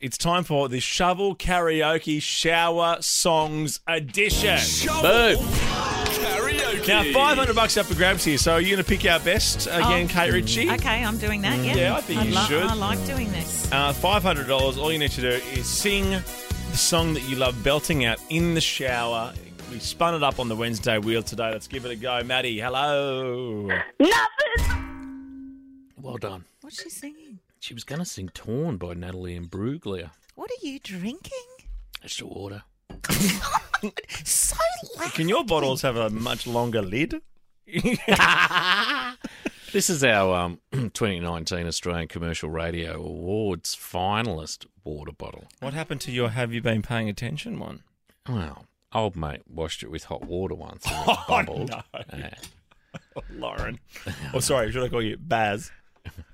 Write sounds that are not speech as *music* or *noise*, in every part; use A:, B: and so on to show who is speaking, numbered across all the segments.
A: It's time for the Shovel Karaoke Shower Songs Edition.
B: Boo.
C: Karaoke.
A: Now, 500 bucks up for grabs here. So, are you going to pick our best again,
D: Oh.
A: Kate Ritchie?
D: Okay, I'm
B: Mm.
D: doing that. Yeah,
A: Yeah, I think
D: I
A: you should.
D: I like doing this.
A: Uh, $500. All you need to do is sing the song that you love belting out in the shower. We spun it up on the Wednesday wheel today. Let's give it a go. Maddie, hello.
E: Nothing.
B: Well done.
D: What's she singing?
B: She was going to sing Torn by Natalie and Bruglia.
D: What are you drinking?
B: It's your order.
D: So loud.
A: Can your bottles have a much longer
D: *laughs*
A: lid?
B: This is our um, *clears throat* 2019 Australian Commercial Radio Awards finalist water bottle.
A: What happened to your have you been paying attention one?
B: Well, old mate washed it with hot water once. And
D: Oh,
B: it bubbled. *laughs*
A: no.
B: Uh,
A: *laughs* Lauren. Oh, sorry. Should I call you Baz?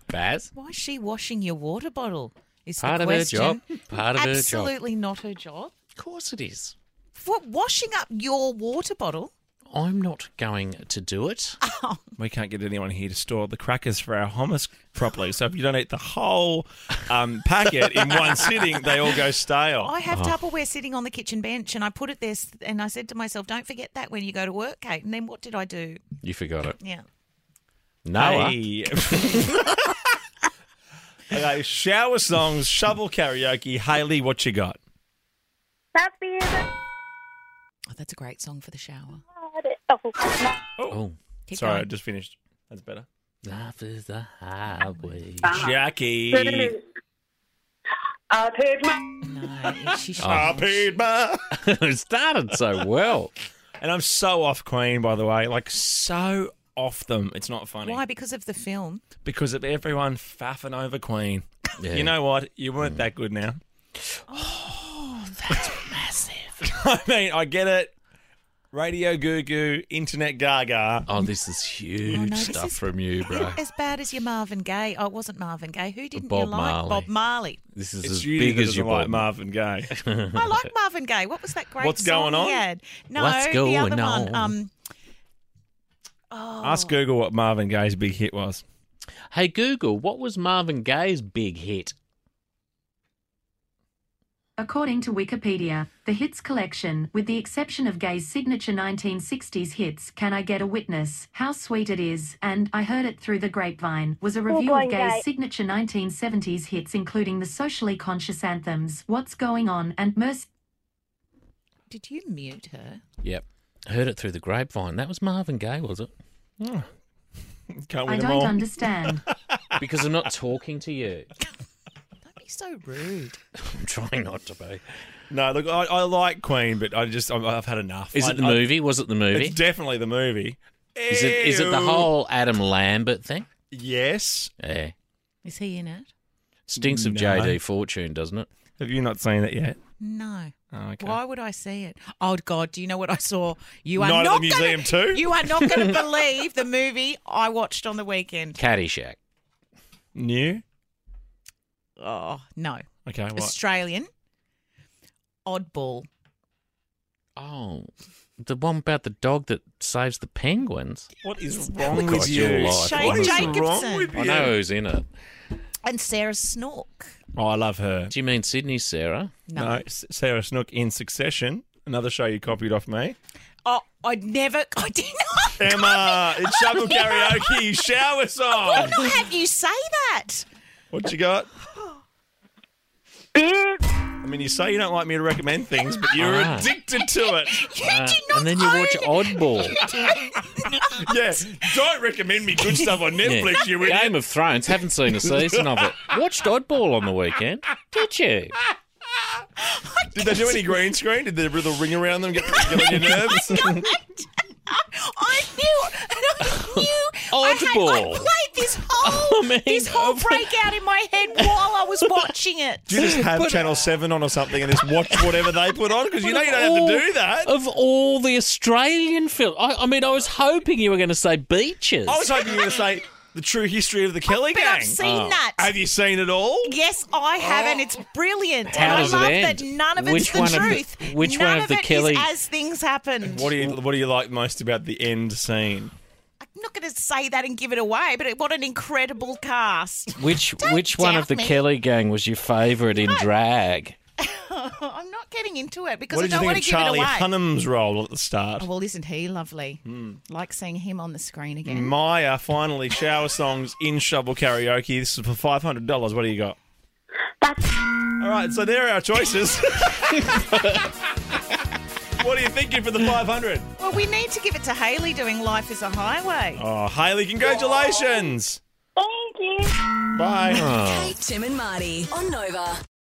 B: Baz,
D: Why is she washing your water bottle? Is the
B: part of her
D: question.
B: job. Part of her job.
D: Absolutely not her job.
B: Of course it is.
D: For washing up your water bottle?
B: I'm not going to do
D: *laughs*
B: it.
A: We can't get anyone here to store the crackers for our hummus properly. So if you don't eat the whole um, packet in
D: *laughs*
A: one sitting, they all go stale.
D: I
B: Oh.
D: have Tupperware sitting on the kitchen bench and I put it there s- and I said to myself, don't forget that when you go to work, Kate. And then what did I do?
B: You forgot it.
D: Yeah.
B: Noah.
A: Hey. *laughs* okay, shower songs, shovel karaoke. Haley, what you got?
E: Happy as a
D: Oh, that's a great song for the shower.
E: Oh,
B: Oh,
D: Keep
A: Sorry, I
D: going.
A: just finished. That's better.
B: love is the highway. *laughs*
D: Uh-huh.
A: Jackie.
E: I'll take my.
B: *laughs*
D: No, she should.
B: Ah,
A: I paid my-
B: it started so well.
A: And I'm so off Queen, by the way. Like, so off them. It's not funny.
D: Why? Because of the film.
A: Because of everyone faffing over Queen.
B: Yeah. Mm.
A: You know what? You weren't that good now.
D: Massive.
A: *laughs* I mean, I get it. Radio goo goo, internet gaga.
B: Oh, this is huge
D: Oh, no, this
B: stuff
D: is-
B: from you, bro.
D: *laughs* As bad as your Marvin Gaye. Oh, it wasn't Marvin Gaye. Who didn't
B: Bob
D: you like?
B: Marley.
D: Bob Marley.
B: This is
A: It's
B: as
A: you
B: big
A: that
B: as
A: doesn't
B: your
A: like
B: body.
A: Marvin
B: *laughs*
A: Gaye. *laughs*
D: I like Marvin Gaye. What was that great
A: What's
D: song
A: going on?
D: he had? No,
B: What's
D: the
B: going
D: other
B: on?
D: one. Um, oh,
A: Ask Google what Marvin Gaye's big hit was. *laughs*
B: Hey Google, what was Marvin Gaye's big hit?
F: According to Wikipedia, the hits collection, with the exception of Gay's signature 1960s hits Can I Get a Witness, How Sweet It Is, and I Heard It Through the Grapevine, was a review
E: going
F: of Gay's
E: gay.
F: signature 1970s hits including the socially conscious anthems What's Going On and Mercy.
D: oh, Did you mute her?
B: Yep. Heard it through the grapevine. That was Marvin Gaye, was it?
A: Can't
F: I
A: win them
F: don't
A: all. *laughs*
F: understand.
B: Because I'm not talking to you.
D: Don't be so rude.
B: *laughs* I'm trying not to be.
A: no, look, I, I like Queen, but I just I've, I've had enough.
B: Is
A: I-
B: it the
A: I-
B: movie? Was it the movie?
A: It's definitely the movie.
B: Is it is it the
A: Ew.
B: whole Adam Lambert thing?
A: Yes.
B: Yeah.
D: Is he in it?
B: Stinks of
A: No.
B: JD Fortune, doesn't it?
A: Have you not seen it yet?
D: No.
A: Oh, okay.
D: Why would I see it? Oh God! Do you know what I saw? You are
A: Night at
D: not
A: the
D: gonna-
A: Museum too?
D: You are not going to believe the movie I watched on the weekend.
B: Caddyshack.
A: New.
D: Oh no!
A: Okay. What?
D: Australian. Oddball.
B: Oh. The one about the dog that saves the penguins.
A: what is wrong
B: Look
A: with
B: at
A: you?
B: your life,
D: Shane
A: what is
D: Jacobson.
A: wrong with you?
B: I know who's in it.
D: And Sarah Snork.
A: Oh, I love her.
B: Do you mean Sydney Sarah?
D: No.
A: S- Sarah Snook in Succession. Another show you copied off me.
D: Oh, I never. I did
B: *laughs*
D: not.
A: Emma, it's
D: *laughs*
A: Shovel Karaoke Shower
D: I
A: Song.
D: would not have you say that.
A: What you got?
E: Big.
A: I mean, you say you don't like me to recommend things, but you're
B: Ah.
A: addicted to
D: *laughs*
A: it.
D: You
B: Uh,
D: do not
B: and then you watch
D: own-
B: Oddball.
A: Yeah, don't recommend me good stuff *laughs* on Netflix,
B: Yeah.
A: you idiot.
B: Game of Thrones. Haven't seen a season of it. Watched Oddball on the weekend. Did you?
A: Did they do any green screen? Did the, the ring around them get, get on your *laughs*
D: *laughs*
A: nerves?
D: I knew, and I knew. I, had, I
B: Oddball.
D: played this
B: *laughs*
D: whole
B: I mean,
D: this whole
B: of-
D: breakout in my head while I
B: *laughs*
D: was watching it.
A: Do you
D: *laughs*
A: just have Channel 7 on or something and just watch whatever they put on? Because you know you don't have to do that.
D: Oh.
B: Of all the Australian films, I, I mean, I was hoping you were going to say Beaches.
A: I was hoping you were going to say the true history of the Kelly
D: But
A: Gang.
D: I've seen
B: oh.
D: that.
A: have you seen it all?
D: Yes, I have, and it's brilliant.
B: How
D: and
B: does it
D: I love
B: end?
D: that none of
B: Which
D: it's the
B: one of the-
D: truth.
B: which
D: none
B: one of
D: of
B: the
D: it is
B: Kelly-
D: as things happened.
A: What do you What do you like most about the end scene?
D: I I'm not going to say that and give it away, but it, what an incredible cast.
G: Which
D: Don't
G: which one
D: doubt
G: of the
D: me.
G: Kelly gang was your favourite in drag?
D: *laughs* I'm not getting into it because
A: What
D: I
A: did you
D: don't
A: think
D: want
A: of
D: to give
A: Charlie
D: it away.
A: Hunnam's role at the start?
D: Oh, well, isn't he lovely?
A: Hmm.
D: Like seeing him on the screen again.
A: Maya, finally, shower songs in shovel karaoke. This is for five hundred dollars. What do you got?
E: That's
A: All right, so there are our choices. *laughs* what are you thinking for the five hundred?
D: Well, we need to give it to Haley doing Life is a Highway.
A: Oh, Haley, congratulations!
E: thank you.
A: Bye.
D: Ah.
H: Kate, Tim, and Marty on Nova.